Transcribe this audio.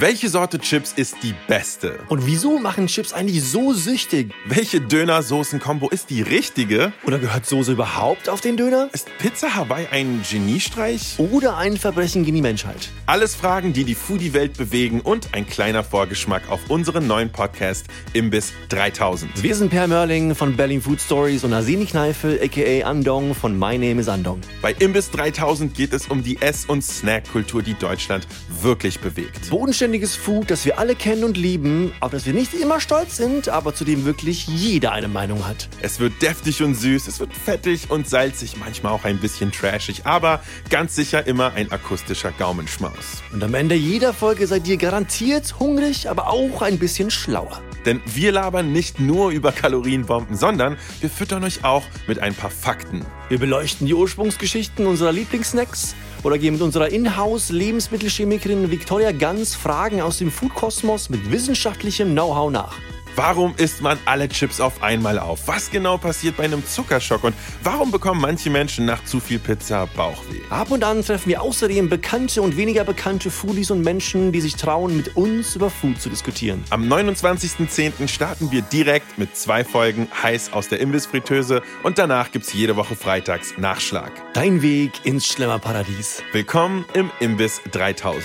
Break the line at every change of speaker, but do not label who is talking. Welche Sorte Chips ist die beste?
Und wieso machen Chips eigentlich so süchtig?
Welche Döner-Soßen-Kombo ist die richtige?
Oder gehört Soße überhaupt auf den Döner?
Ist Pizza Hawaii ein Geniestreich?
Oder ein Verbrechen gegen die Menschheit?
Alles Fragen, die die Foodie-Welt bewegen und ein kleiner Vorgeschmack auf unseren neuen Podcast Imbiss 3000.
Wir sind Per Mörling von Berlin Food Stories und Asini Kneifel aka Andong von My Name is Andong.
Bei Imbiss 3000 geht es um die Ess- und Snackkultur, die Deutschland wirklich bewegt.
Bodenständiges Food, das wir alle kennen und lieben, auf das wir nicht immer stolz sind, aber zu dem wirklich jeder eine Meinung hat.
Es wird deftig und süß, es wird fettig und salzig, manchmal auch ein bisschen trashig, aber ganz sicher immer ein akustischer Gaumenschmaus.
Und am Ende jeder Folge seid ihr garantiert hungrig, aber auch ein bisschen schlauer.
Denn wir labern nicht nur über Kalorienbomben, sondern wir füttern euch auch mit ein paar Fakten.
Wir beleuchten die Ursprungsgeschichten unserer Lieblingssnacks oder gehen mit unserer Inhouse-Lebensmittelchemikerin Victoria Ganz Fragen aus dem Foodkosmos mit wissenschaftlichem Know-how nach.
Warum isst man alle Chips auf einmal auf? Was genau passiert bei einem Zuckerschock? Und warum bekommen manche Menschen nach zu viel Pizza Bauchweh?
Ab und an treffen wir außerdem bekannte und weniger bekannte Foodies und Menschen, die sich trauen, mit uns über Food zu diskutieren.
Am 29.10. starten wir direkt mit zwei Folgen heiß aus der Imbissfritteuse und danach gibt's jede Woche freitags Nachschlag.
Dein Weg ins Schlemmerparadies.
Willkommen im Imbiss 3000.